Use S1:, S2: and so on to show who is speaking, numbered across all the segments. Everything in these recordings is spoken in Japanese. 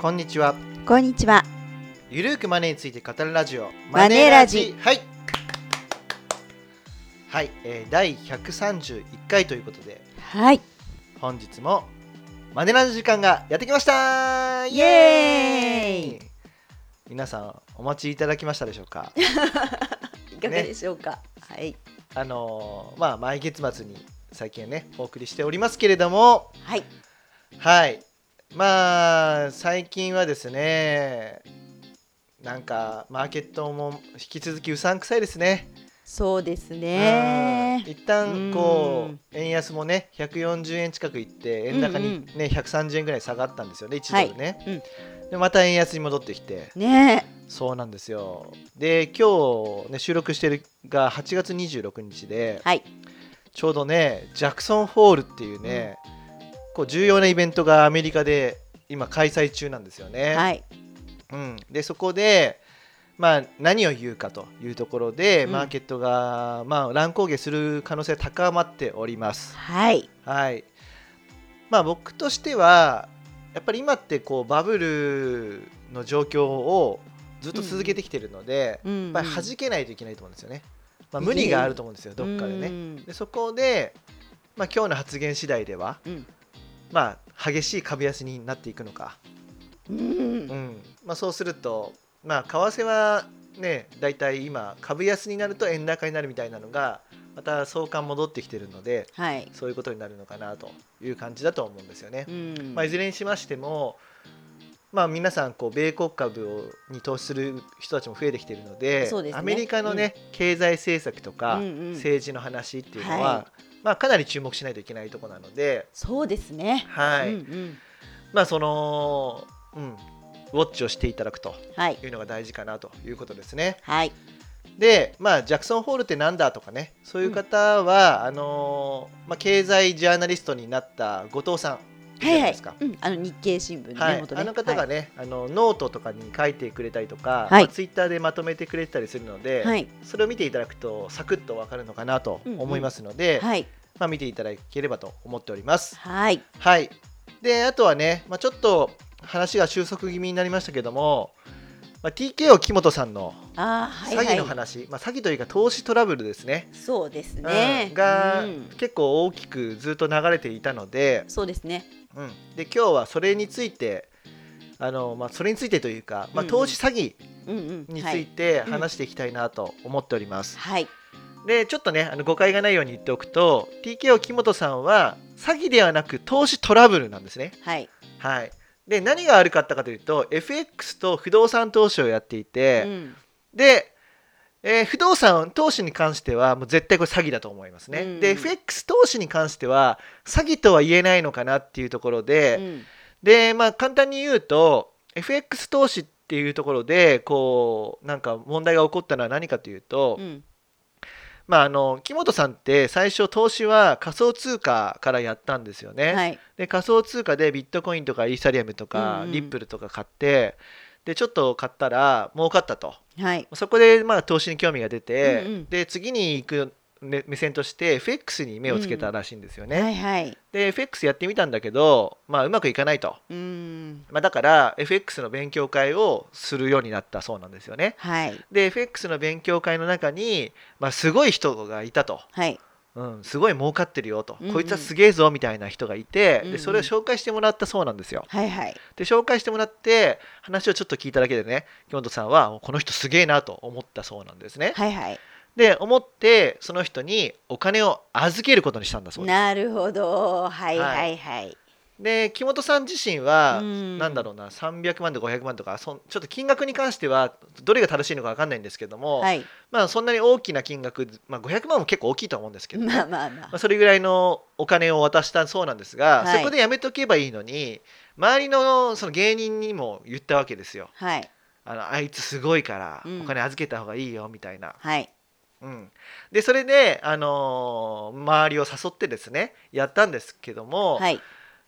S1: こんにちは
S2: こんにちは。
S1: ゆるーくマネーについて語るラジオ
S2: マネラジ
S1: はいはい、えー、第131回ということで
S2: はい。
S1: 本日もマネラジの時間がやってきましたイエーイ
S2: イエーイ
S1: 皆さんお待ちいただきましたでしょうか
S2: いかがでしょうか。はい。
S1: あのーまあ毎月末に最近ねお送りしておりますけれども
S2: はい。
S1: はいまあ最近はですねなんかマーケットも引き続きうさんくさいですね、
S2: そうです
S1: うん
S2: ね。
S1: 一旦こ
S2: うん
S1: う円安もね140円近くいって円高に、ね130円ぐらい下がったんですよね1ドルね、
S2: はい
S1: でまた円安に戻ってきて
S2: ね
S1: そうなんですよで今日、ね、収録してるが8月26日で
S2: え。はい。
S1: ちょうどねジャクソンホールっていうね、こう重要なイベントがアメリカで今開催中なんですよね、
S2: はい。
S1: うん、でそこで、まあ、何を言うかというところで、
S2: うん
S1: マーケットが、まあ、乱高下する可能性が高まっております。
S2: はい。
S1: はいまあ、僕としてはやっぱり今ってこうバブルの状況をずっと続けてきてるので、
S2: うん。
S1: やっぱり弾けないといけないと思うんですよね。まあ、無理があると思うんですよ、どっかでね。
S2: ね。
S1: でそこで、まあ、今日の発言次第では、
S2: うん。
S1: まあ、激しい株安になっていくのか、
S2: うん
S1: う。んまあ、そうすると、まあ、為替はね大体今株安になると円高になるみたいなのがまた相関戻ってきてるので
S2: はい。
S1: そういうことになるのかなという感じだと思うんですよね
S2: う。ん
S1: まあ、いずれにしましてもまあ、皆さんこう米国株をに投資する人たちも増えてきているので
S2: そうですね
S1: アメリカの、ね経済政策とか、
S2: うんうん
S1: 政治の話っていうのは、
S2: は
S1: まあ、かなり注目しないといけないところなので、
S2: そうですね。
S1: はい
S2: うんうん。
S1: まあそのうん、ウォッチをしていただくと
S2: はい。
S1: いうのが大事かなということですね。
S2: はい。
S1: で、まあ、ジャクソン・ホールってなんだとかねそういう方は、あのーまあ、経済ジャーナリストになった後藤さんいるじ
S2: は
S1: ゃ
S2: い
S1: な
S2: は
S1: で
S2: いい
S1: すか。。
S2: うん。あの日経新聞の
S1: は
S2: ね
S1: い、
S2: 元ね。
S1: あの方がね、あのノートとかに書いてくれたりとか、
S2: はい
S1: まあ、ツイッターでまとめてくれてたりするので、
S2: はい。
S1: それを見ていただくとサクッとわかるのかなと思いますので、
S2: はい。
S1: まあ、見ていただければと思っております。
S2: はい。
S1: はい、であとはね、まあ、ちょっと話が収束気味になりましたけども、まあ、TKO 木本さんの
S2: ああはい
S1: 詐
S2: はい。
S1: 欺の話、まあ、詐欺というか投資トラブルですね、
S2: そうです
S1: うん
S2: ね。
S1: が
S2: うん
S1: 結構大きくずっと流れていたので,、
S2: そうですね。
S1: うん、で今日はそれについてあの、まあ、それについてというか、まあ、
S2: うんうん
S1: 投資詐欺
S2: うんうん。
S1: につ
S2: はいい。
S1: て
S2: うん
S1: 話していきたいなと思っております。
S2: はい。
S1: でちょっとねあの誤解がないように言っておくと TKO 木本さんは詐欺ではなく投資トラブルなんですね。
S2: はい。
S1: はい、で何が悪かったかというと FX と不動産投資をやっていうて、
S2: ん。
S1: で、えー不動産投資に関してはもう絶対これ詐欺だと思いますね、
S2: うん
S1: で FX 投資に関しては詐欺とは言えないのかなっていうところで、
S2: うん
S1: でまあ簡単に言うと FX 投資っていうところでこうなんか問題が起こったのは何かというと、
S2: うん。
S1: まああの木本さんって最初投資は仮想通貨からやったんですよね、
S2: はい。
S1: で仮想通貨でビットコインとかイーサリアムとか、
S2: うんうん
S1: リップルとか買ってでちょっと買ったら儲かったと
S2: はい。
S1: そこでまあ投資に興味が出て、
S2: うんうん
S1: で次に行くね目線として FX に目をつけたらしいんですよね、
S2: はいはい。
S1: で FX やってみたんだけど、まあ、うまくいかないと、
S2: うん。
S1: まあ、だから FX の勉強会をするようになったそうなんですよね
S2: はい。
S1: で FX の勉強会の中に、まあ、すごい人がいたと、
S2: はい。
S1: うん、すごい儲かってるよと、
S2: うんうん
S1: こいつはすげえぞみたいな人がいて
S2: うんう
S1: で
S2: ん
S1: それを紹介してもらったそうなんですよ。
S2: はいはい。
S1: で紹介してもらって話をちょっと聞いただけでね木本さんはこの人すげえなと思ったそうなんですね。
S2: はいはい。
S1: で思ってその人にお金を預けることにしたんだそうです。
S2: なるほど。はいはいはい。
S1: で木本さん自身は、
S2: な
S1: なんだろ
S2: う
S1: うな300万とか500万とかそんちょっと金額に関してはどれが正しいのか分かんないんですけども、
S2: はい。
S1: まあ、そんなに大きな金額、まあ、500万も結構大きいと思うんですけどね、
S2: まあまあま
S1: まあ、
S2: あ。
S1: それぐらいのお金を渡したそうなんですが、
S2: はい
S1: そこでやめとけばいいのに周りのその芸人にも言ったわけですよ
S2: はい
S1: あのあいつすごいから
S2: うん
S1: お金預けた方がいいよみたいな、
S2: はい。
S1: うんでそれで、あのー周りを誘ってですねやったんですけども、
S2: はい。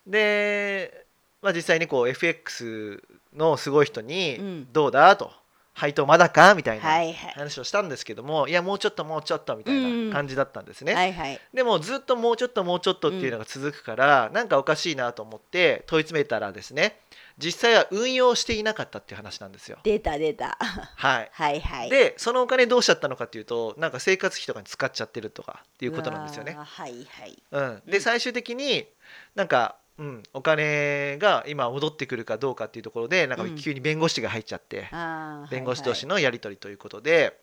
S1: で、まあ、実際にこう FX のすごい人に
S2: う
S1: 「
S2: ん
S1: どうだ?」と配当まだかみたい
S2: は
S1: ない
S2: はい
S1: 話をしたんですけどもいやもうちょっともうちょっとみたいな感じだったんですね、
S2: はいはい
S1: でもずっともうちょっともうちょっとっていうのが続くから、なんかおかしいなと思って問い詰めたらですね実際は運用していなかったっていう話なんですよ。
S2: 出た出た
S1: はい、
S2: はいはい
S1: でそのお金どうしちゃったのかっていうとなんか生活費とかに使っちゃってるとかって
S2: い
S1: いうことなんですよね。
S2: はいはい
S1: うん、で最終的になんか、うん、お金が今戻ってくるかどうかっていうところでなんか
S2: うん
S1: 急に弁護士が入っちゃって、
S2: あー
S1: 弁護士
S2: はい
S1: 同
S2: はい
S1: 士のやり取りということで,、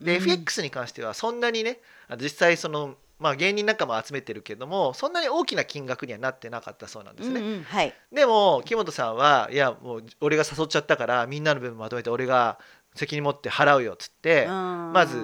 S1: で
S2: うん
S1: FX に関してはそんなにねあ実際その、まあ、芸人仲間を集めてるけどもそんなに大きな金額にはなってなかったそうなんですね。
S2: うんうんはい
S1: でも木本さんはいやもう俺が誘っちゃったからみんなの分まとめて俺が責任持って払うよっつって、ま
S2: ま
S1: ず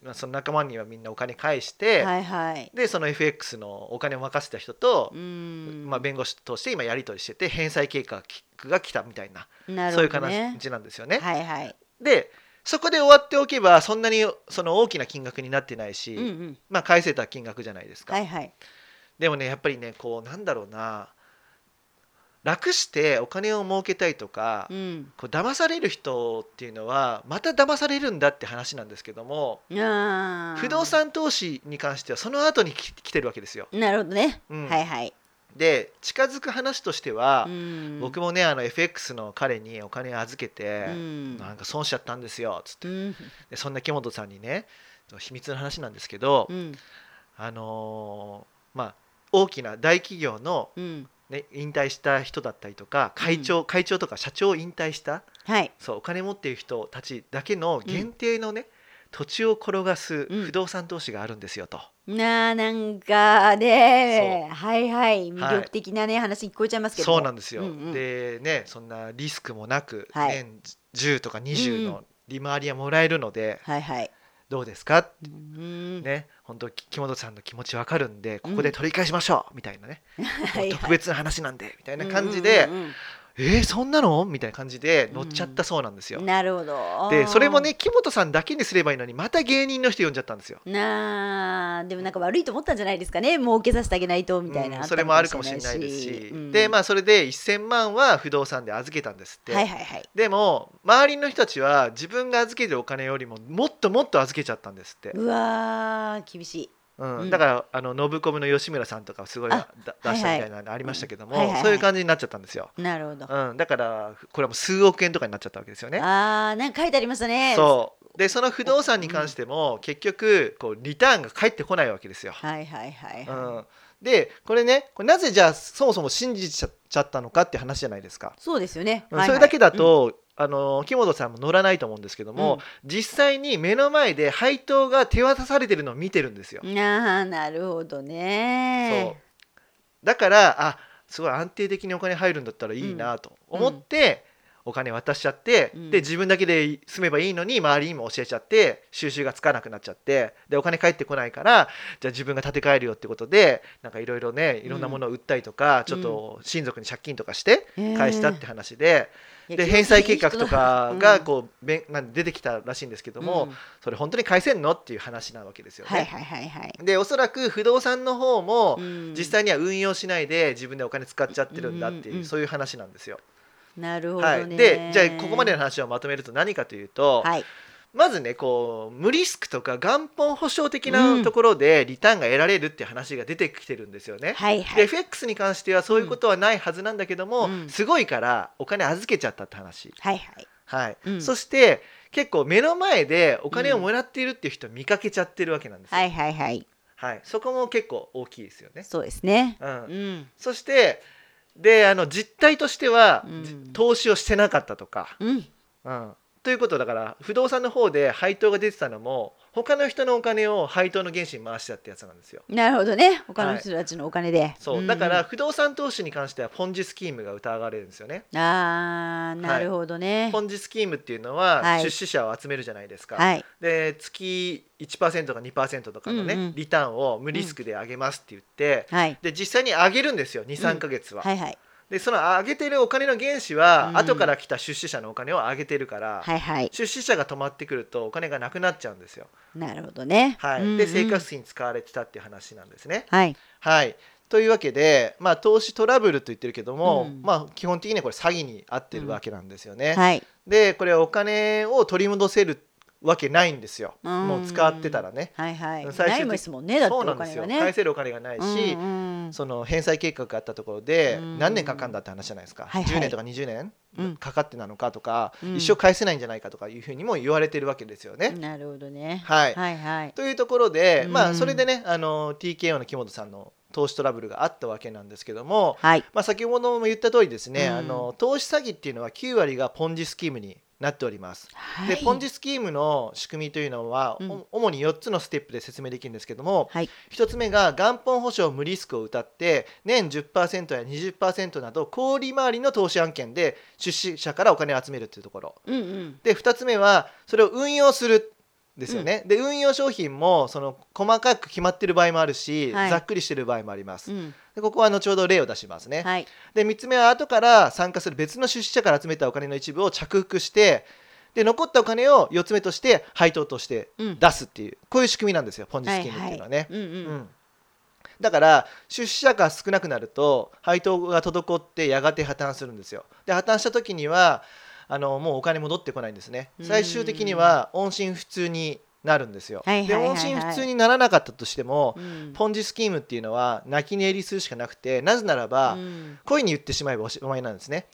S1: まあその仲間にはみんなお金返して、
S2: はいはい
S1: でその FX のお金を任せた人と
S2: う、ん
S1: まあ、弁護士として今やり取りしてて返済計画が来たみたいな
S2: なる
S1: そうい
S2: ほ
S1: う
S2: どね
S1: 感じなんですよね。
S2: はいはい
S1: でそこで終わっておけばそんなにその大きな金額になってないし、
S2: うんうん
S1: まあ返せた金額じゃないですか、
S2: はいはい
S1: でもねやっぱりねこうなんだろうな楽してお金を儲けたいとか、
S2: うん
S1: こう騙される人っていうのはまた騙されるんだって話なんですけども
S2: あー
S1: 不動産投資に関してはその後にき来てるわけですよ。
S2: なるほどね
S1: うん
S2: はいはい
S1: で近づく話としては、
S2: 僕
S1: 僕もねあの FX の彼にお金預けて、
S2: うん
S1: なんか損しちゃったんですよつって
S2: うん
S1: でそんな木本さんにね秘密の話なんですけど、
S2: うん
S1: あのーまあ大きな大企業の、
S2: うん
S1: ね、引退した人だったりとか会長、会長とか社長を引退した
S2: はい
S1: そうお金持っている人たちだけの限定のね、土地を転がす
S2: うん
S1: 不動産投資があるんですよと、
S2: なあなんかねはいはい魅力的なね話に聞こえちゃいますけど
S1: そうなんですよ、
S2: うんうん
S1: でねそんなリスクもなく、
S2: はい
S1: 年10とか20の利回りはもらえるので、
S2: はいはい
S1: どうですか
S2: うん
S1: ね本当木本さんの気持ちわかるんでここで取り返しましょう、みたいなね
S2: はいはい
S1: 特別な話なんでみたいな感じで、
S2: うんうんうん
S1: えー、そんなのみたいな感じで乗っちゃったそうなんですよ。
S2: なるほど
S1: でそれもね木本さんだけにすればいいのにまた芸人の人呼んじゃったんですよ。
S2: なあでもなんか悪いと思ったんじゃないですかね儲けさせてあげないとみたいな、
S1: うんそれもあるかもしれないですし、で
S2: あ
S1: まあそれで1,000万は不動産で預けたんですって、
S2: はいはいはい
S1: でも周りの人たちは自分が預けてるお金よりももっともっと預けちゃったんですって、
S2: うわー厳しい
S1: うん
S2: うん
S1: だからあのノブコムの吉村さんとかすごいだ
S2: あ
S1: 出した
S2: はいはい
S1: みたいなのありましたけども、
S2: うんはいはいはい
S1: そういう感じになっちゃったんですよ、
S2: なるほど、
S1: うん、だからこれはもう数億円とかになっちゃったわけですよね。
S2: あーなんか書いてありましたね
S1: そうでその不動産に関しても結局こうリターンが返ってこないわけですよ。
S2: はいはいはい、
S1: うん、でこれねこれなぜじゃあそもそも信じちゃちゃったのかって話じゃないですか。
S2: そうですよね、
S1: うん
S2: はいはい
S1: それだけだ、と、あの木本さんも乗らないと思うんですけども、実際に目の前で配当が手渡されてるのを見てるんですよ。
S2: うんなあなるほど
S1: そう
S2: ね
S1: だからあすごい安定的にお金入るんだったらいいなと思って、お金渡しちゃって、
S2: うん
S1: で自分だけで住めばいいのに周りにも教えちゃって収集がつかなくなっちゃってでお金返ってこないからじゃあ自分が建て替えるよってことでなんかいろいろねいろんなものを売ったりとか、ちょっと親族に借金とかして返したって話で,、
S2: いや
S1: で
S2: 厳しい
S1: 返済計画とかが
S2: うん
S1: こう、べん、なん出てきたらしいんですけども、
S2: うん
S1: それ本当に返せんのっていう話なわけですよね。
S2: はいはいはいはい、
S1: でおそらく不動産の方も、
S2: うん
S1: 実際には運用しないで自分でお金使っちゃってるんだっていう、
S2: うんうん
S1: そういう話なんですよ。
S2: なるほど
S1: は
S2: ね、
S1: い、でじゃあここまでの話をまとめると何かというと、
S2: はい
S1: まずねこう無リスクとか元本保証的
S2: う
S1: なんところでリターンが得られるって話が出てきてるんですよね。
S2: はい
S1: で
S2: はい
S1: FX に関してはそういうことはないはずなんだけども、
S2: うん
S1: すごいからお金預けちゃったって話、
S2: はいはい
S1: はい
S2: うん
S1: そして結構目の前でお金をもらっているっていう人見かけちゃってるわけなんですよ、
S2: はいはいはい
S1: はい、そこも結構大きいですよね。
S2: そうですね
S1: うん
S2: うん
S1: そしてであの実態としては、
S2: うん
S1: じ投資をしてなかったとか、
S2: うん
S1: うん、ということだから不動産の方で配当が出てたのも他の人のお金を配当の原資に回したってやつなんですよ。
S2: なるほどね他の人たちのお金で、
S1: そうだから不動産投資に関してはポンジスキームが疑われるんですよね。
S2: あーなるほどね。
S1: ポンジスキームっていうのは
S2: はい
S1: 出資者を集めるじゃないですか。
S2: はい。
S1: で月1%とか2%とかのね、
S2: うんうん
S1: リターンを無リスクで上げますって言って、
S2: はい。
S1: で実際に上げるんですよ23ヶ月は。
S2: はいはい。
S1: でその上げてるお金の原資は、
S2: うん
S1: 後から来た出資者のお金を上げてるから、
S2: はいはい。
S1: 出資者が止まってくるとお金がなくなっちゃうんですよ。
S2: なるほどね。
S1: はい
S2: うんうん
S1: で生活費に使われてたっていう話なんですね。
S2: はい。
S1: はい、というわけで、まあ、投資トラブルと言ってるけども、
S2: うん
S1: まあ、基本的にはこれ詐欺に合ってるわけなんですよね。
S2: はい。
S1: でこれお金を取り戻せるわけないんですよ、
S2: うん
S1: もう使ってたらね。
S2: はいはい。
S1: 最終的
S2: ないもんですもんね。だって
S1: そうな
S2: お
S1: んです
S2: 金
S1: よ、
S2: がね。
S1: 返せるお金がないし、
S2: うんうん
S1: その返済計画があったところで
S2: うん
S1: 何年かかんだって話じゃないですか、
S2: はいはい
S1: 10年とか20年
S2: うん
S1: かかってなのかとか、
S2: うん
S1: 一生返せないんじゃないかとかいうふうにも言われてるわけですよね。
S2: なるほどね。
S1: はい
S2: はいはい。
S1: というところで、
S2: うん
S1: まあ、それでねあの TKO の木本さんの投資トラブルがあったわけなんですけども、
S2: はい。
S1: まあ、先ほども言った通りですね、
S2: うん
S1: あの投資詐欺っていうのは9割がポンジスキームになっております。
S2: は
S1: で
S2: い。
S1: ポンジスキームの仕組みというのは、
S2: うん
S1: お主に4つのステップで説明できるんですけども、
S2: はい
S1: 1つ目が元本保証無リスクを謳って年10%や20%など小売回りの投資案件で出資者からお金を集めるというところ
S2: うんうん。
S1: で2つ目はそれを運用するですよね、で運用商品もその細かく決まってる場合もあるし、
S2: はい
S1: ざっくりしてる場合もあります、
S2: うん。
S1: でここは後ほど例を出しますね、
S2: はい。
S1: で3つ目は後から参加する別の出資者から集めたお金の一部を着服してで残ったお金を4つ目として配当として
S2: うん。
S1: 出すっていうこういう仕組みなんですよポンジスキームっていうのはね。
S2: いいうんう。
S1: うんんだから出資者が少なくなると配当が滞ってやがて破綻するんですよ。で破綻した時にはあのもうお金戻ってこないんですね。最終的には音信不通になるんですよ。
S2: はいはいはいはい
S1: で音信不通にならなかったとしても
S2: うん。
S1: ポンジスキームっていうのは泣き寝入りするしかなくてなぜならば、
S2: うん
S1: 故意に言ってしまえばおしまいなんですね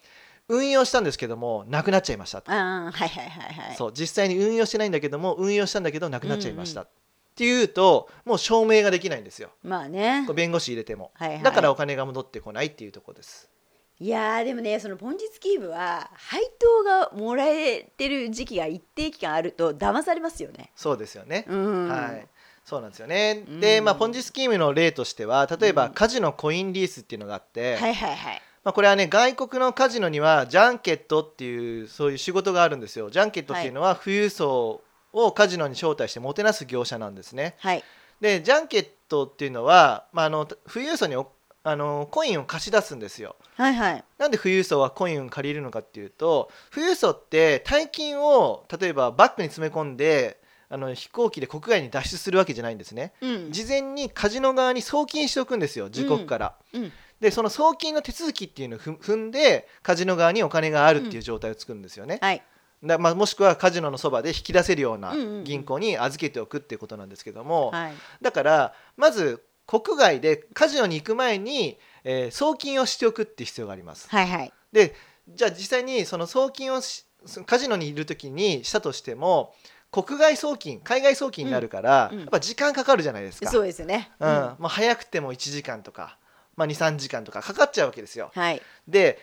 S1: 運用したんですけどもなくなっちゃいましたと、
S2: ああ、はいはいはいはい。
S1: そう実際に運用してないんだけども運用したんだけどなくなっちゃいました、っていうともう証明ができないんですよ
S2: まあね
S1: これ。弁護士入れても、
S2: はいはい。
S1: だからお金が戻ってこないっていうところです
S2: いやーでもねそのポンジスキームは配当がもらえてる時期が一定期間あると騙されますよね。
S1: そうですよね、
S2: うん、
S1: はいそうなんですよね、
S2: うん
S1: で、まあ、ポンジスキームの例としては例え
S2: う
S1: ば
S2: ん
S1: カジノコインリースっていうのがあって、
S2: はいはいはい。
S1: まあ、これはね外国のカジノにはジャンケットっていうそういう仕事があるんですよジャンケットっていうのは富裕層をカジノに招待してもてなす業者なんですね
S2: はい。
S1: でジャンケットっていうのは、まあ、あの富裕層におあのコインを貸し出すんですよ
S2: はいはい。
S1: なんで富裕層はコインを借りるのかっていうと富裕層って大金を例えばバッグに詰め込んであの飛行機で国外に脱出するわけじゃないんですね
S2: うん。
S1: 事前にカジノ側に送金しておくんですよ自国から、
S2: うん。
S1: でその送金の手続きっていうのを踏踏んでカジノ側にお金があるっていう状態を作るんですよね、
S2: はい。
S1: だまあ、もしくはカジノのそばで引き出せるような
S2: うんうんうん
S1: 銀行に預けておくっていうことなんですけども、
S2: はい。
S1: だからまず国外でカジノに行く前に、えー送金をしておくっていう必要があります
S2: はいはい。
S1: でじゃあ実際にその送金をしそのカジノにいる時にしたとしても国外送金海外送金になるから、
S2: うんうん
S1: やっぱ時間かかるじゃないですか、
S2: そうですよね。
S1: うんまあ、早くても1時間とか、まあ、23時間とかかかっちゃうわけですよ
S2: はい。
S1: で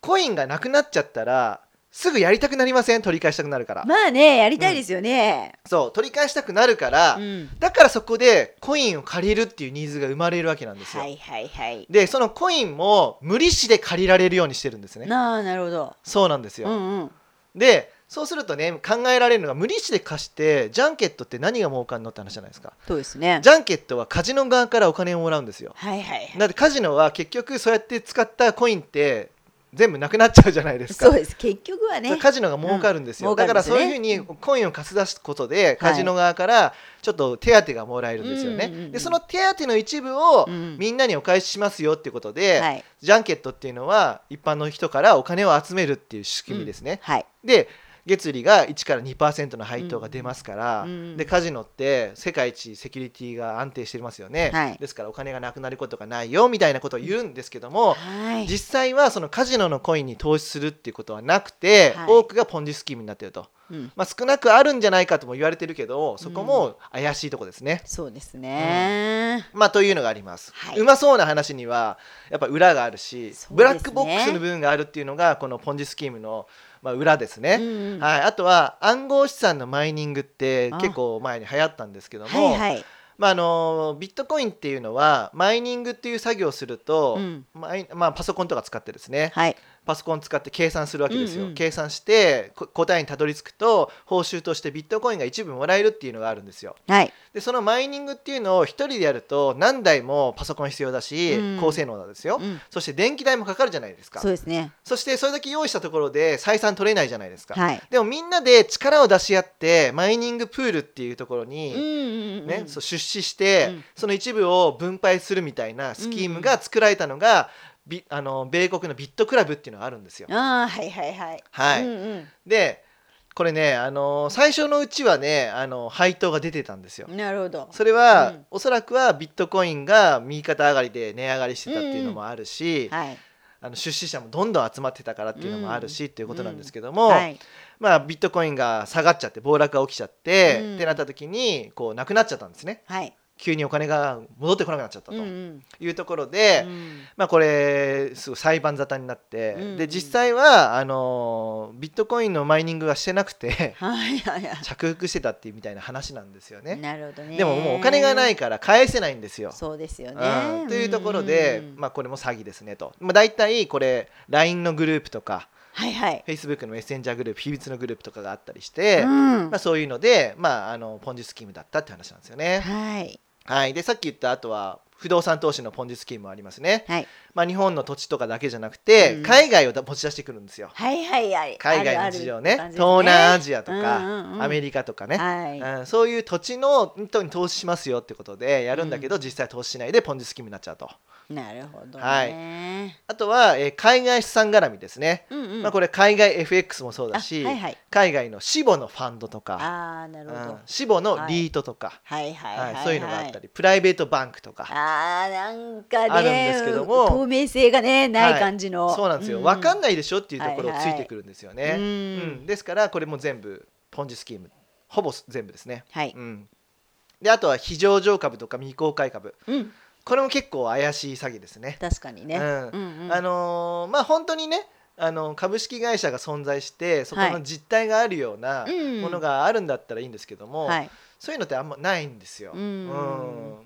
S1: コインがなくなっちゃったらすぐやりたくなりません取り返したくなるから、
S2: まあねやりたいですよね。
S1: そう取り返したくなるから、
S2: うん。
S1: だからそこでコインを借りるっていうニーズが生まれるわけなんですよ、
S2: はいはいはい。
S1: でそのコインも無利子で借りられるようにしてるんですね
S2: なあなるほど。
S1: そうなんです
S2: う
S1: よ、
S2: んうん。
S1: でそうするとね考えられるのが無利子で貸してジャンケットって何が儲かんのって話じゃないですか
S2: そうですね。
S1: ジャンケットはカジノ側からお金をもらうんですよ
S2: はいはいはい。
S1: だってカジノは結局そうやって使ったコインって全部なくなっちゃうじゃないですか
S2: そうです結局は
S1: そう
S2: ね。
S1: カジノが儲かるんですよ、
S2: うん
S1: だ
S2: 儲
S1: か
S2: かるん
S1: ら
S2: です
S1: そう
S2: ね
S1: いうふうにコインを貸し出すことでカジノ側からちょっと手当がもらえるんですよね、
S2: うんうんうんうん
S1: でその手当の一部を
S2: うん
S1: みんなにお返ししますよってことで、
S2: はい
S1: ジャンケットっていうのは一般の人からお金を集めるっていう仕組みですね、
S2: はい。
S1: で月利が1から2%の配当が出ますから、
S2: うんうん
S1: でカジノって世界一セキュリティが安定してますよね、
S2: はい
S1: ですからお金がなくなることがないよみたいなことを言うんですけども、
S2: はい。
S1: 実際はそのカジノのコインに投資するっていうことはなくて、
S2: はい
S1: 多くがポンジスキームになっていると、
S2: うん。
S1: まあ、少なくあるんじゃないかとも言われてるけどそこも怪しいとこですね。
S2: そうですね。
S1: まあ、というのがあります、
S2: はいう
S1: まそうな話にはやっぱ裏があるし、
S2: そうですね
S1: ブラックボックスの部分があるっていうのがこのポンジスキームの、まあ、裏です
S2: う
S1: ね、
S2: んうん
S1: はい、あとは暗号資産のマイニングって
S2: あ
S1: 結構前に流行ったんですけども
S2: はいはい。
S1: まあ、あのビットコインっていうのはマイニングっていう作業をすると、
S2: うん
S1: マイまあ、パソコンとか使ってですね、
S2: はい。
S1: パソコン使って計算するわけですよ、
S2: うんうん
S1: 計算してこ答えにたどり着くと報酬としてビットコインが一部もらえるっていうのがあるんですよ
S2: はい
S1: でそのマイニングっていうのを一人でやると何台もパソコン必要だし、
S2: うん
S1: 高性能なんですよ、
S2: うん
S1: そして電気代もかかるじゃないですか
S2: そうですね
S1: そしてそれだけ用意したところで採算取れないじゃないですか、
S2: はい
S1: でもみんなで力を出し合ってマイニングプールっていうところに、
S2: うんうんうん
S1: ねそう出資して、
S2: うん
S1: その一部を分配するみたいなスキームが作られたのが、ビあの米国のビットクラブっていうのがあるんですよ。
S2: ああはいはいはい
S1: はい
S2: うんうん
S1: でこれね、あの最初のうちはね、あの配当が出てたんですよ。
S2: なるほど。
S1: それは、
S2: うん
S1: おそらくはビットコインが右肩上がりで値上がりしてたっていうのもあるし、
S2: はい。
S1: あの出資者もどんどん集まってたからっていうのもあるし、っていうことなんですけども、
S2: はい。
S1: まあ、ビットコインが下がっちゃって暴落が起きちゃって、
S2: うん
S1: ってなった時にこうなくなっちゃったんですね
S2: はい。
S1: 急にお金が戻ってこなくなっちゃったと
S2: うんうん
S1: いうところで、
S2: うん
S1: まあ、これすごい裁判沙汰になって、
S2: うん
S1: で実際はあのビットコインのマイニングはしてなくて
S2: はいはいは
S1: 着服してたっていうみたいな話なんですよ
S2: い。
S1: ね。
S2: なるほどね。
S1: でももうお金がないから返せないんですよ。
S2: そうですよ
S1: う
S2: ね
S1: ん。というところで、
S2: うん
S1: まあ、これも詐欺ですねと、まあ、大体これ LINE のグループとか
S2: はいはい。
S1: Facebook のメッセンジャーグループ秘密のグループとかがあったりして、
S2: うん
S1: まあ、そういうので、まあ、あのポンジスキームだったって話なんですよね。
S2: はい。
S1: はい、でさっき言ったあとは不動産投資のポンジスキームもありますね、
S2: はい
S1: まあ、日本の土地とかだけじゃなくて、
S2: うん
S1: 海外をだ持ち出してくるんですよ
S2: はいはいはい。
S1: 海外の事情ね
S2: あるある
S1: 東南アジアとか、アメ
S2: リ
S1: リカとかね、
S2: はい。
S1: うんそういう土地の人に投資しますよってことでやるんだけど、
S2: う
S1: 実際投資しないでポンジスキームになっちゃうと
S2: なるほど
S1: はい
S2: ね。
S1: あとは、えー海外資産絡みですね、
S2: うんうん
S1: まあ、これ海外 FX もそうだし、
S2: あはいはい。
S1: 海外の死母のファンドとか
S2: ああなるほど。
S1: 死母、のリートとか、
S2: はいはい
S1: は
S2: はいいは。
S1: そういうのがあったりプライベートバンクとか
S2: あーなんかね
S1: あるんですけども
S2: 透明性がねな
S1: はい
S2: い感じの、
S1: そうなんですよ、分かんな
S2: な
S1: いでしょっていうところをついてくるんですよね。
S2: うん
S1: うんですからこれも全部ポンジスキームほぼ全部ですね。
S2: はい、
S1: うん、であとは非上場株とか未公開株
S2: うん、
S1: これも結構怪しい詐欺ですね。
S2: 確かにね、
S1: うん
S2: うんうん
S1: あのーまあ本当にねあの株式会社が存在してそこ
S2: は
S1: の
S2: い
S1: 実態があるような
S2: うん
S1: ものがあるんだったらいいんですけども、
S2: はい、
S1: そういうのってあんまないんですよ。
S2: うん
S1: うん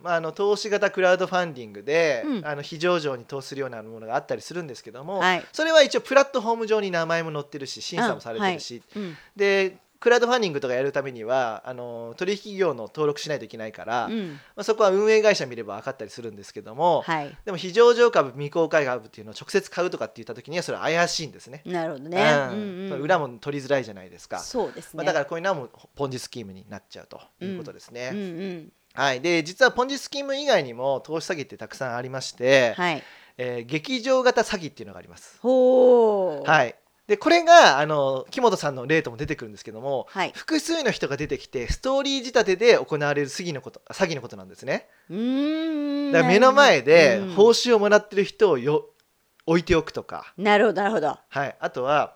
S1: まあ、あの投資型クラウドファンディングで、
S2: うん
S1: あの非上場に投資するようなものがあったりするんですけども、
S2: はい
S1: それは一応プラットフォーム上に名前も載ってるし審査もされてるし、
S2: うん
S1: でクラウドファンディングとかやるためにはあの取引業の登録しないといけないから、
S2: う
S1: ま
S2: ん、
S1: あ、そこは運営会社見れば分かったりするんですけども、
S2: はい
S1: でも非上場株未公開株っていうのを直接買うとかって言った時にはそれは怪しいんですね。
S2: なるほどね、
S1: う
S2: うんんうん、
S1: 裏も取りづらいじゃないですか。
S2: そうですね、
S1: まあ、だからこういうのはもうポンジスキームになっちゃうということですね。
S2: うんうん
S1: はい、で実はポンジスキーム以外にも投資詐欺ってたくさんありまして、
S2: はい
S1: えー劇場型詐欺っていうのがあります。
S2: ほうい、
S1: はい、でこれがあの木本さんの例とも出てくるんですけども
S2: はい、
S1: 複数の人が出てきてストーリー仕立てで行われる詐欺のこと詐欺のことなんですね。
S2: うーん
S1: だから目の前で
S2: うん
S1: 報酬をもらってる人をよ置いておくとか、
S2: なるほどなるほど
S1: はい、あとは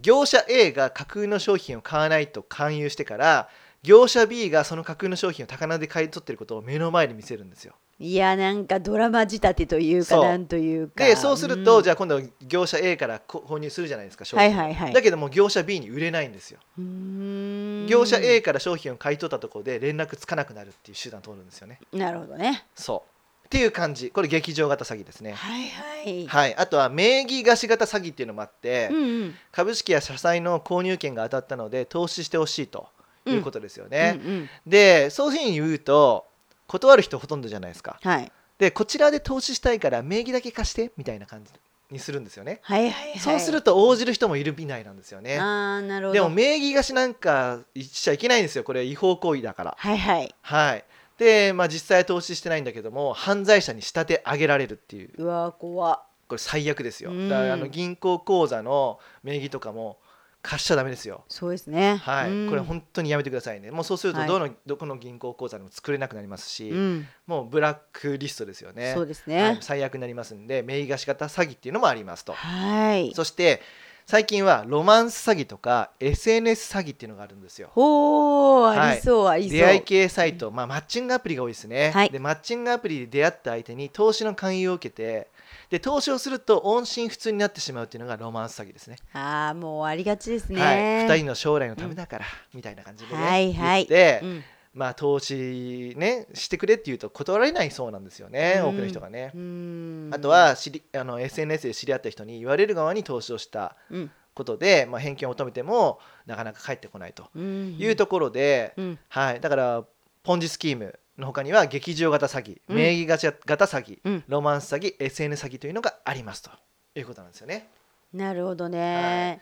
S1: 業者 A が架空の商品を買わないと勧誘してから業者 B がその架空の商品を高値で買い取ってることを目の前で見せるんですよ。
S2: いやなんかドラマ仕立てというか
S1: そう
S2: なんというか
S1: でそうすると、じ
S2: ゃ
S1: ゃあ今度業者 A からこ購入するじゃないですか商
S2: は
S1: 品、
S2: いはいはい
S1: だけども業者 B に売れないんですよ、
S2: うーん
S1: 業者 A から商品を買い取ったところで連絡つかなくなるっていう手段通るんですよね
S2: なるほどね
S1: そうっていう感じこれ劇場型詐欺ですね
S2: はいはい、
S1: はいあとは名義貸し型詐欺っていうのもあって、
S2: うんうん
S1: 株式や社債の購入権が当たったので投資してほしいということですよね、
S2: うんうん、
S1: でそういうふうに言うと断る人ほとんどじゃないですか
S2: はい
S1: でこちらで投資したいから名義だけ貸してみたいな感じにするんですよね
S2: はいはいはい
S1: そうすると応じる人もいるみないなんですよね。
S2: ああなるほど
S1: でも名義貸しなんかしちゃいけないんですよ。これ違法行為だから。
S2: はいはい
S1: はい。で、まあ実際投資してないんだけども、犯罪者に仕立て上げられるっていう、
S2: うわー怖っ
S1: これ最悪ですよ。
S2: うん
S1: だからあの銀行口座の名義とかも貸しちゃダメですよ。
S2: そうですね
S1: はい、
S2: うん、
S1: これ本当にやめてくださいね。もうそうすると
S2: はい
S1: どの、どこの銀行口座でも作れなくなりますし、
S2: うん
S1: もうブラックリストですよね。
S2: そうです
S1: はい
S2: ね
S1: 最悪になりますんで、名義貸し型詐欺っていうのもありますと。
S2: はい
S1: そして最近はロマンス詐欺とか SNS 詐欺っていうのがあるんですよ。
S2: ほう
S1: はい
S2: ありそう、ありそう
S1: 出会い系サイト、まあ、マッチングアプリが多いですね、
S2: はい
S1: でマッチングアプリで出会った相手に投資の勧誘を受けてで投資をすると音信不通になってしまうっていうのがロマンス詐欺ですね。
S2: ああもうありがちですね
S1: はい、2人の将来のためだから、みたいな感じで、ね
S2: はいは
S1: 言っ
S2: い
S1: て、
S2: うん
S1: まあ、投資、ね、してくれって言うと断られないそうなんですよね、多くの人がね。
S2: うん
S1: あと、は知りあの SNS で知り合った人に言われる側に投資をした
S2: うん
S1: ことで、まあ、返金を求めてもなかなか返ってこないと
S2: うん、
S1: いうところで、
S2: うん、
S1: はい、だからポンジスキームの他には劇場型詐欺
S2: うん
S1: 名義型型詐欺、
S2: うん
S1: ロマンス詐欺 SNS 詐欺というのがありますということなんですよね。
S2: なるほどね、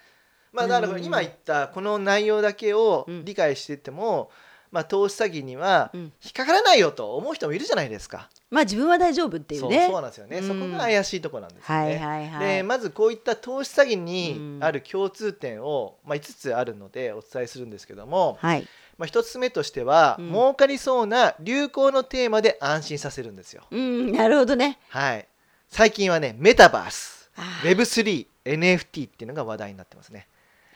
S1: まあ、だから
S2: うん
S1: 今言ったこの内容だけを
S2: うん
S1: 理解していっても、まあ、投資詐欺には
S2: うん、
S1: 引っかからないよと思う人もいるじゃないですか。
S2: まあ自分は大丈夫っていう
S1: そう
S2: ね
S1: そうなんですよね、
S2: うん
S1: そこが怪しいところなんですよね。
S2: はいはいはい
S1: でまずこういった投資詐欺
S2: う
S1: に
S2: ん
S1: ある共通点を、まあ、5つあるのでお伝えするんですけども、
S2: はい
S1: まあ、1つ目としては、
S2: うん
S1: 儲かりそうな流行のテーマで安心させるんですよ。
S2: うんなるほどね
S1: はい、最近はねメタバース
S2: あー
S1: Web3NFT っていうのが話題になってますね。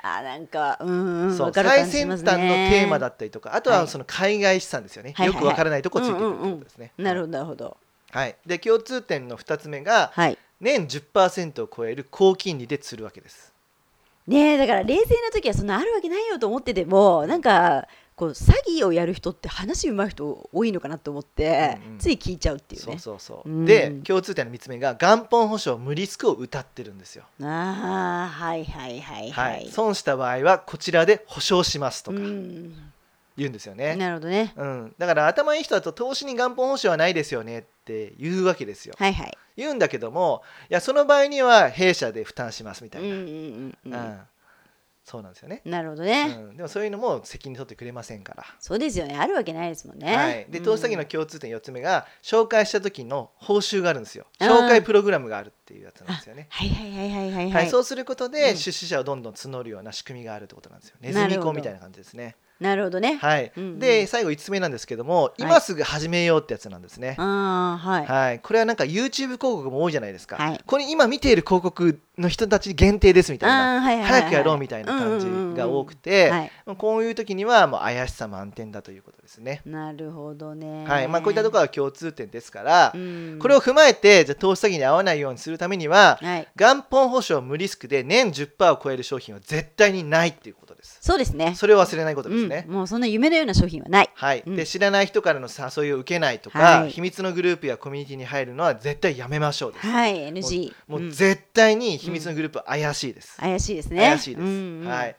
S2: あーなんかうんうん
S1: そう
S2: わかる感
S1: 最
S2: じし
S1: 先
S2: ま
S1: 端
S2: す
S1: の
S2: ね
S1: テーマだったりとかあと
S2: は
S1: はいその海外資産ですよね、
S2: はいはいはい
S1: よくわからないとこついてくるってことですね。
S2: なるほどなるほど
S1: はい、で共通点の2つ目が
S2: はい
S1: 年10%を超える高金利で釣るわけです。
S2: ねえだから冷静な時はそんなあるわけないよと思っててもなんかこう詐欺をやる人って話うまい人多いのかなと思って、
S1: うんうん
S2: つい聞いちゃうっていう
S1: そ
S2: ね
S1: うそうそう、
S2: うん
S1: で共通点の3つ目が元本保証無リスクを謳ってるんですよ、
S2: ああはいはいはい
S1: は
S2: はいい、
S1: 損した場合はこちらで保証しますとか
S2: うん
S1: 言うんですよね、
S2: なるほどね
S1: うん、だから頭いい人だと投資に元本保証はないですよねって言うわけですよ
S2: はいはい
S1: 言うんだけどもいやその場合には弊社で負担しますみた
S2: う
S1: い
S2: ん
S1: な、
S2: うんうん
S1: う
S2: うん
S1: そうなんですよね、
S2: んなるほど
S1: う
S2: ね、
S1: ん、でもそういうのも責任取ってくれませんから、
S2: そうですよねあるわけないですもんね、
S1: はい、で投資詐欺の共通点4つ目が紹介した時の報酬があるんですよ
S2: あー
S1: 紹介プログラムがあるっていうやつなんですよね
S2: はいはいはいはいはい
S1: は、
S2: はいい
S1: そうすること
S2: う
S1: で
S2: ん
S1: 出資者をどんどん募るような仕組みがあるってことなんですよ。ネズ
S2: なる
S1: ミ
S2: ほ
S1: 子
S2: ど
S1: みたいな感じですね。
S2: なるほどね、
S1: はい、
S2: うんうん
S1: で最後5つ目なんですけども、
S2: い
S1: 今すぐ始めようってやつなんですね。
S2: ああはい
S1: はい、これはなんか YouTube 広告も多いじゃないですか、
S2: はい
S1: これ今見ている広告の人たち限定ですみたいな、
S2: あーはいはいはいはい
S1: 早くやろうみたいな感じが多くて、
S2: はい
S1: こういう時にはもう怪しさ満点だということですね。
S2: なるほどね
S1: はいまあ、こういったところは共通点ですから、
S2: うん
S1: これを踏まえてじゃあ投資詐欺に遭わないようにするためには、
S2: はい
S1: 元本保証無リスクで年10%を超える商品は絶対にないっていうことです。
S2: そうですね
S1: それを忘れないことですね。
S2: うん、もうそんな夢のような商品はない
S1: はい、
S2: うん
S1: で知らない人からの誘いを受けないとか、
S2: はい
S1: 秘密のグループやコミュニティに入るのは絶対やめましょうです。
S2: はい NG
S1: も
S2: ん
S1: う絶対に秘密のグループは怪しいです。
S2: 怪しいですね
S1: 怪しいです。
S2: うんうん
S1: はい。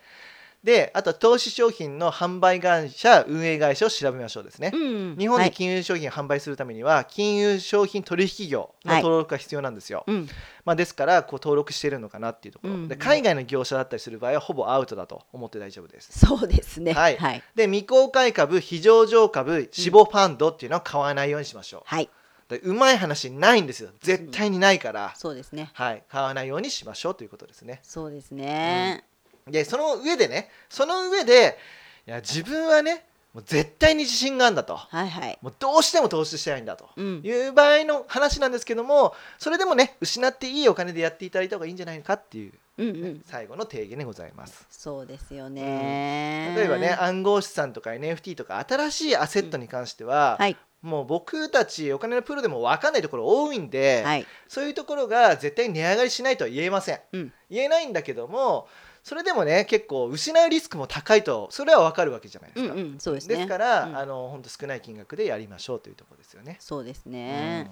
S1: で、あとは投資商品の販売会社、運営会社を調べましょうですね。
S2: うん
S1: 日本
S2: は
S1: で
S2: い
S1: 金融商品を販売するためには、金融商品取引業の登録が必要なんですよ。
S2: うん
S1: まあ、ですからこう登録してるのかなっていうところ、
S2: うん
S1: で海外の業者だったりする場合はほぼアウトだと思って大丈夫です。
S2: そうですね
S1: はい
S2: はい、
S1: で未公開株非上場株死亡ファンドっていうのは買わないようにしましょ
S2: はい、
S1: う。でうまい話ないんですよ絶対にないから、
S2: そうですね
S1: はい、買わないようにしましょうということですね。
S2: そうですね、
S1: でその上でねその上でいや自分はねもう絶対に自信があるんだと
S2: はいはい
S1: もうどうしても投資したいんだと。
S2: うん
S1: いう場合の話なんですけどもそれでもね失っていいお金でやっていただいた方がいいんじゃないのかっていう
S2: うんうん
S1: 最後の提言でございます。
S2: そうですよね、
S1: 例えばね暗号資産とか NFT とか新しいアセットに関しては、
S2: はい
S1: もう僕たちお金のプロでも分かんないところ多いんで、
S2: はい
S1: そういうところが絶対に値上がりしないとは言えません
S2: うん
S1: 言えないんだけどもそれでもね結構失うリスクも高いとそれは分かるわけじゃないで
S2: うん
S1: すか、
S2: うんそうですね
S1: ですから、
S2: うん
S1: あの本当少ない金額でやりましょうというところですよね。
S2: そうです
S1: う
S2: ね
S1: ん、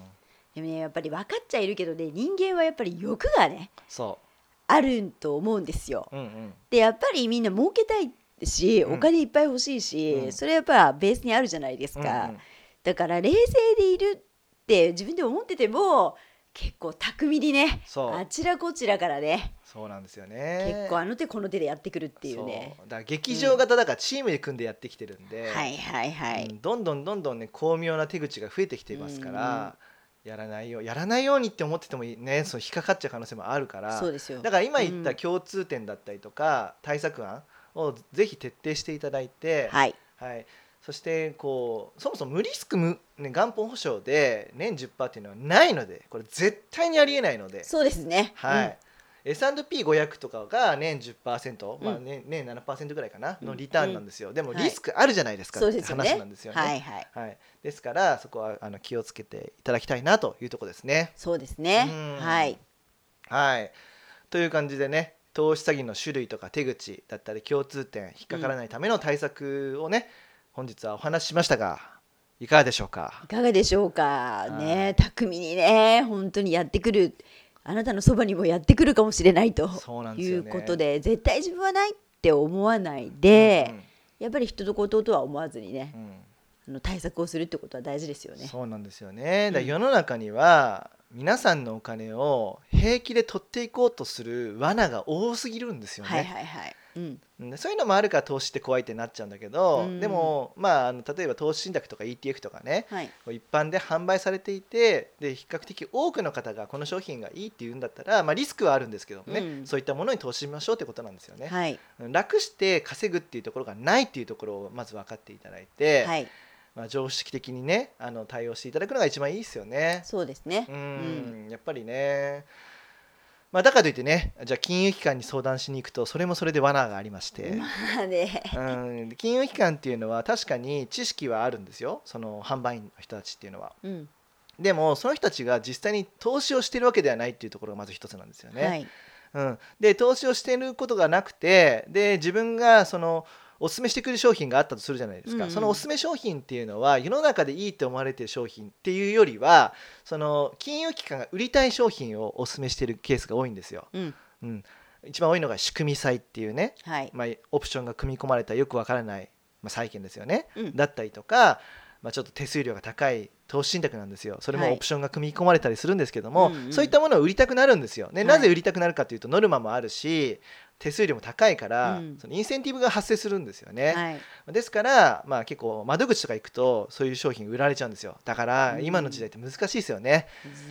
S2: でもねやっぱり分かっちゃいるけどね人間はやっぱり欲がね
S1: そ
S2: あると思うんですよ。
S1: う、うんうん
S2: でやっぱりみんな儲けたいし
S1: うん
S2: お金いっぱい欲しいし、
S1: うん
S2: それやっぱベースにあるじゃないですか、
S1: うんうん
S2: だから冷静でいるって自分で思ってても結構巧みにね
S1: そう
S2: あちらこちらからね
S1: そうなんですよね
S2: 結構あの手この手でやってくるっていうね
S1: そ。だから劇場型だからチームで組んでやってきてるんで、
S2: はいはいはい、
S1: うんどんどんどんどんね巧妙な手口が増えてきていますから、やらないようやらないようにって思っててもねそう引っかかっちゃう可能性もあるから
S2: そうですよ
S1: だから今言っ
S2: う
S1: た
S2: ん
S1: 共通点だったりとか、対策案をぜひ徹底していただいて、
S2: はい
S1: はいそしてこうそもそも無リスク無、ね、元本保証で年10%っていうのはないのでこれ絶対にありえないので。
S2: そうですね
S1: はい S&P500 とかが年10%、まあ
S2: うん
S1: 年年7%ぐらいかな
S2: う
S1: の
S2: ん
S1: リターンなんですよ、でも
S2: はい
S1: リスクあるじゃないですか
S2: そう
S1: って
S2: ですよね
S1: 話なんですよね。
S2: はいはい
S1: はいですからそこはあの気をつけていただきたいなというところですね。
S2: そうですね
S1: うん
S2: はい
S1: はい、という感じでね投資詐欺の種類とか手口だったり共通点引っかからないための対策をね、本日はお話ししましたがいかがでしょうか
S2: いかがでしょうか
S1: はい
S2: ね巧みにね本当にやってくるあなたのそばにもやってくるかもしれないと
S1: そうなんで
S2: い
S1: すよ
S2: う
S1: ね
S2: ことで絶対自分はないって思わないで、
S1: うん
S2: やっぱり人とこうとうとは思わずにね
S1: う、ん
S2: あの対策をするってことは大事ですよね。
S1: そうなんですよね。だから
S2: うん
S1: 世の中には皆さんのお金を平気で取っていこうとする罠が多すぎるんですよね。
S2: はいはいはい。うん。
S1: うんそういうのもあるから投資って怖いってなっちゃうんだけど、
S2: うん
S1: でも、まあ、あの例えば投資信託とか ETF とかね
S2: はい。
S1: こう一般で販売されていてで比較的多くの方がこの商品がいいって言うんだったら、まあ、リスクはあるんですけどもね、
S2: うん
S1: そういったものに投資しましょうってことなんですよね。
S2: はい。
S1: うん楽して稼ぐっていうところがないっていうところをまず分かっていただいて、
S2: はい。
S1: まあ、常識的にねあの対応していただくのが一番いいですよね。
S2: そうですね
S1: う。ん、やっぱりね、まあ、だからといってねじゃあ金融機関に相談しに行くとそれもそれで罠がありまして、
S2: まあね。
S1: うん、金融機関っていうのは確かに知識はあるんですよその販売員の人たちっていうのは。
S2: うん。
S1: でもその人たちが実際に投資をしてるわけではないっていうところがまず一つなんですよね。
S2: はい。
S1: うん、で投資をしていることがなくてで自分がそのお勧めしてくる商品があったとするじゃないですか、
S2: うんうん
S1: そのお勧め商品っていうのは世の中でいいと思われている商品っていうよりはその金融機関が売りたい商品をお勧めしているケースが多いんですよ。
S2: うん。
S1: うん、一番多いのが仕組み債っていうね、
S2: はい。
S1: まあ、オプションが組み込まれたよくわからない、まあ、債券ですよね、
S2: うん
S1: だったりとか、まあ、ちょっと手数料が高い投資信託なんですよそれ
S2: は
S1: も
S2: い
S1: オプションが組み込まれたりするんですけども、
S2: うんうん
S1: そういったものを売りたくなるんですよ、ね
S2: はい
S1: なぜ売りたくなるかというとノルマもあるし手数料も高いから、
S2: うん
S1: そのインセンティブが発生するんですよね、
S2: はい。
S1: ですから、まあ、結構窓口とか行くとそういう商品売られちゃうんですよだから
S2: うん
S1: 今の時代って難しいですよね、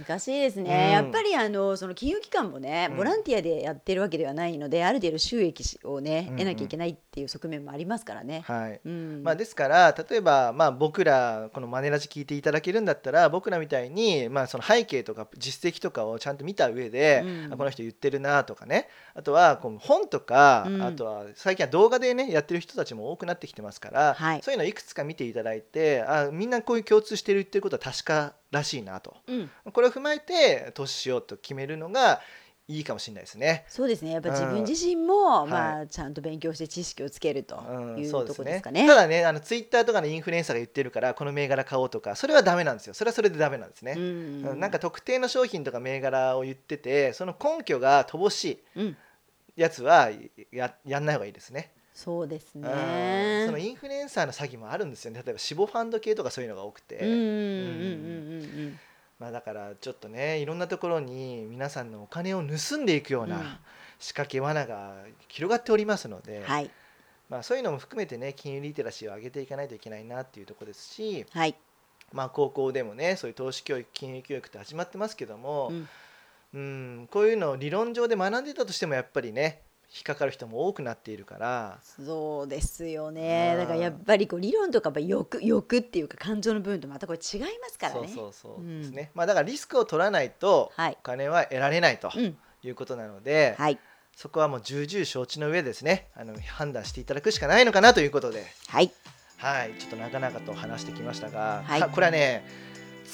S2: 難しいですね、
S1: うん
S2: やっぱりあのその金融機関もね
S1: うん
S2: ボランティアでやってるわけではないので、ある程度収益をね
S1: うんうん
S2: 得なきゃいけないっていう側面もありますからね。
S1: はい
S2: うん
S1: まあ、ですから例えばまあ僕らこのマネラジ聞いていただけるんだったら僕らみたいにまあその背景とか実績とかをちゃんと見た上で、
S2: うん
S1: あこの人言ってるなとかねあとはこう本とか、
S2: うん
S1: あとは最近は動画でねやってる人たちも多くなってきてますから、
S2: はい
S1: そういうのいくつか見ていただいてあみんなこういう共通してる言ってることは確からしいなと
S2: うん、
S1: これを踏まえて投資しようと決めるのがいいかもしれないですね。
S2: そうですねやっぱ
S1: うん
S2: 自分自身も、
S1: はい
S2: まあ、ちゃんと勉強して知識をつけると
S1: うん
S2: いう、
S1: そう
S2: と
S1: です
S2: こです
S1: ね
S2: かね。
S1: ただねあのツイッターとかのインフルエンサーが言ってるからこの銘柄買おうとかそれはダメなんですよそれはそれでダメなんです
S2: う
S1: ね、
S2: ん
S1: うんなんか特定の商品とか銘柄を言っててその根拠が乏し
S2: うん
S1: いやつはややんない方がいいですね
S2: そうです
S1: うん
S2: ね。
S1: そのインフルエンサーの詐欺もあるんですよね例えば死亡ファンド系とかそういうのが多くて、
S2: うんうんうんうんうん
S1: まあ、だからちょっとねいろんなところに皆さんのお金を盗んでいくよう
S2: うん
S1: な仕掛け罠が広がっておりますので、
S2: はい
S1: まあ、そういうのも含めてね金融リテラシーを上げていかないといけないなっていうところですし、
S2: はい、
S1: まあ、高校でもねそういう投資教育金融教育って始まってますけども
S2: う、
S1: う
S2: ん
S1: ん、こういうのを理論上で学んでたとしてもやっぱりね引っかかる人も多くなっているから、
S2: そうですよね
S1: うん
S2: だからやっぱりこう理論とかやっぱ欲欲っていうか感情の部分とまたこれ違いますからね。
S1: そうそうそう
S2: うん
S1: ですね、まあ、だからリスクを取らないと
S2: はい
S1: お金は得られないと
S2: うん
S1: いうことなので、
S2: はい
S1: そこはもう重々承知の上ですねあの判断していただくしかないのかなということで。
S2: はい
S1: はい、ちょっとなかなかと話してきましたが、
S2: はい
S1: かこれはね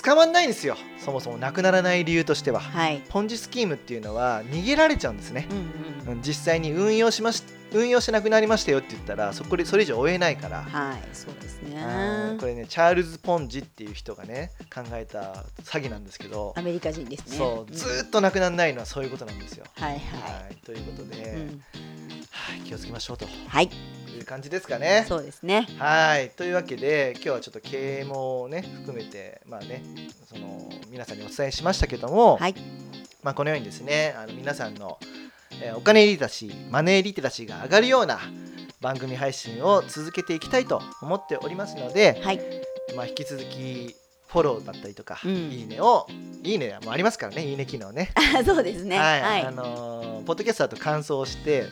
S1: 捕まんないんですよそもそもなくならない理由としては、
S2: はい。
S1: ポンジスキームっていうのは逃げられちゃうんですね
S2: う、ん
S1: う
S2: うん
S1: ん、実際に運用しまし運用しなくなりましたよって言ったらそこでそれ以上追えないから、
S2: はいそうですね。
S1: うんこれねチャールズ・ポンジっていう人がね考えた詐欺なんですけど、
S2: アメリカ人ですね。
S1: そうず
S2: ん
S1: ーっとなくならないのはそういうことなんですよ。
S2: はい
S1: は、
S2: はい
S1: ということで、
S2: い。うん
S1: はい、気をつけましょうと
S2: はい
S1: いう感じですかね。
S2: そうですね。
S1: はいというわけで今日はちょっと経営もね含めてまあねその皆さんにお伝えしましたけども、
S2: はい
S1: まあ、このようにですねあの皆さんの、えーお金リテラシーマネーリテラシーが上がるような番組配信を続けていきたいと思っておりますので、
S2: はい
S1: まあ、引き続きフォローだったりとか、
S2: うん
S1: いいねをいいねもありますからねいいね機能ね。
S2: あそうですね。
S1: はい、
S2: はい
S1: あ。のーポッドキャストだと感想をして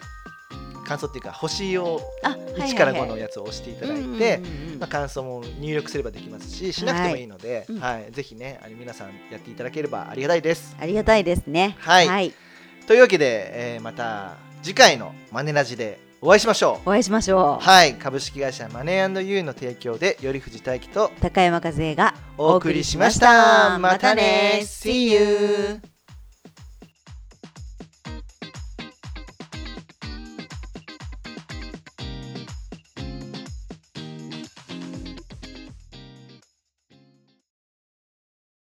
S1: 感想っていうか星を
S2: あ
S1: 1から5のやつを押していただいて、まあ、
S2: て。
S1: 感想も入力すればできますししなくてもいいので、
S2: うん
S1: はいぜひねあの皆さんやっていただければありがたいです。
S2: ありがたいですね。
S1: はい
S2: はい。
S1: というわけで、えーまた次回の「マネラジ」でお会いしましょう。
S2: お会いしましょう。
S1: はい、株式会社マネーユーの提供でより富士大樹と
S2: 高山和恵が
S1: お送りしました。またね !See you!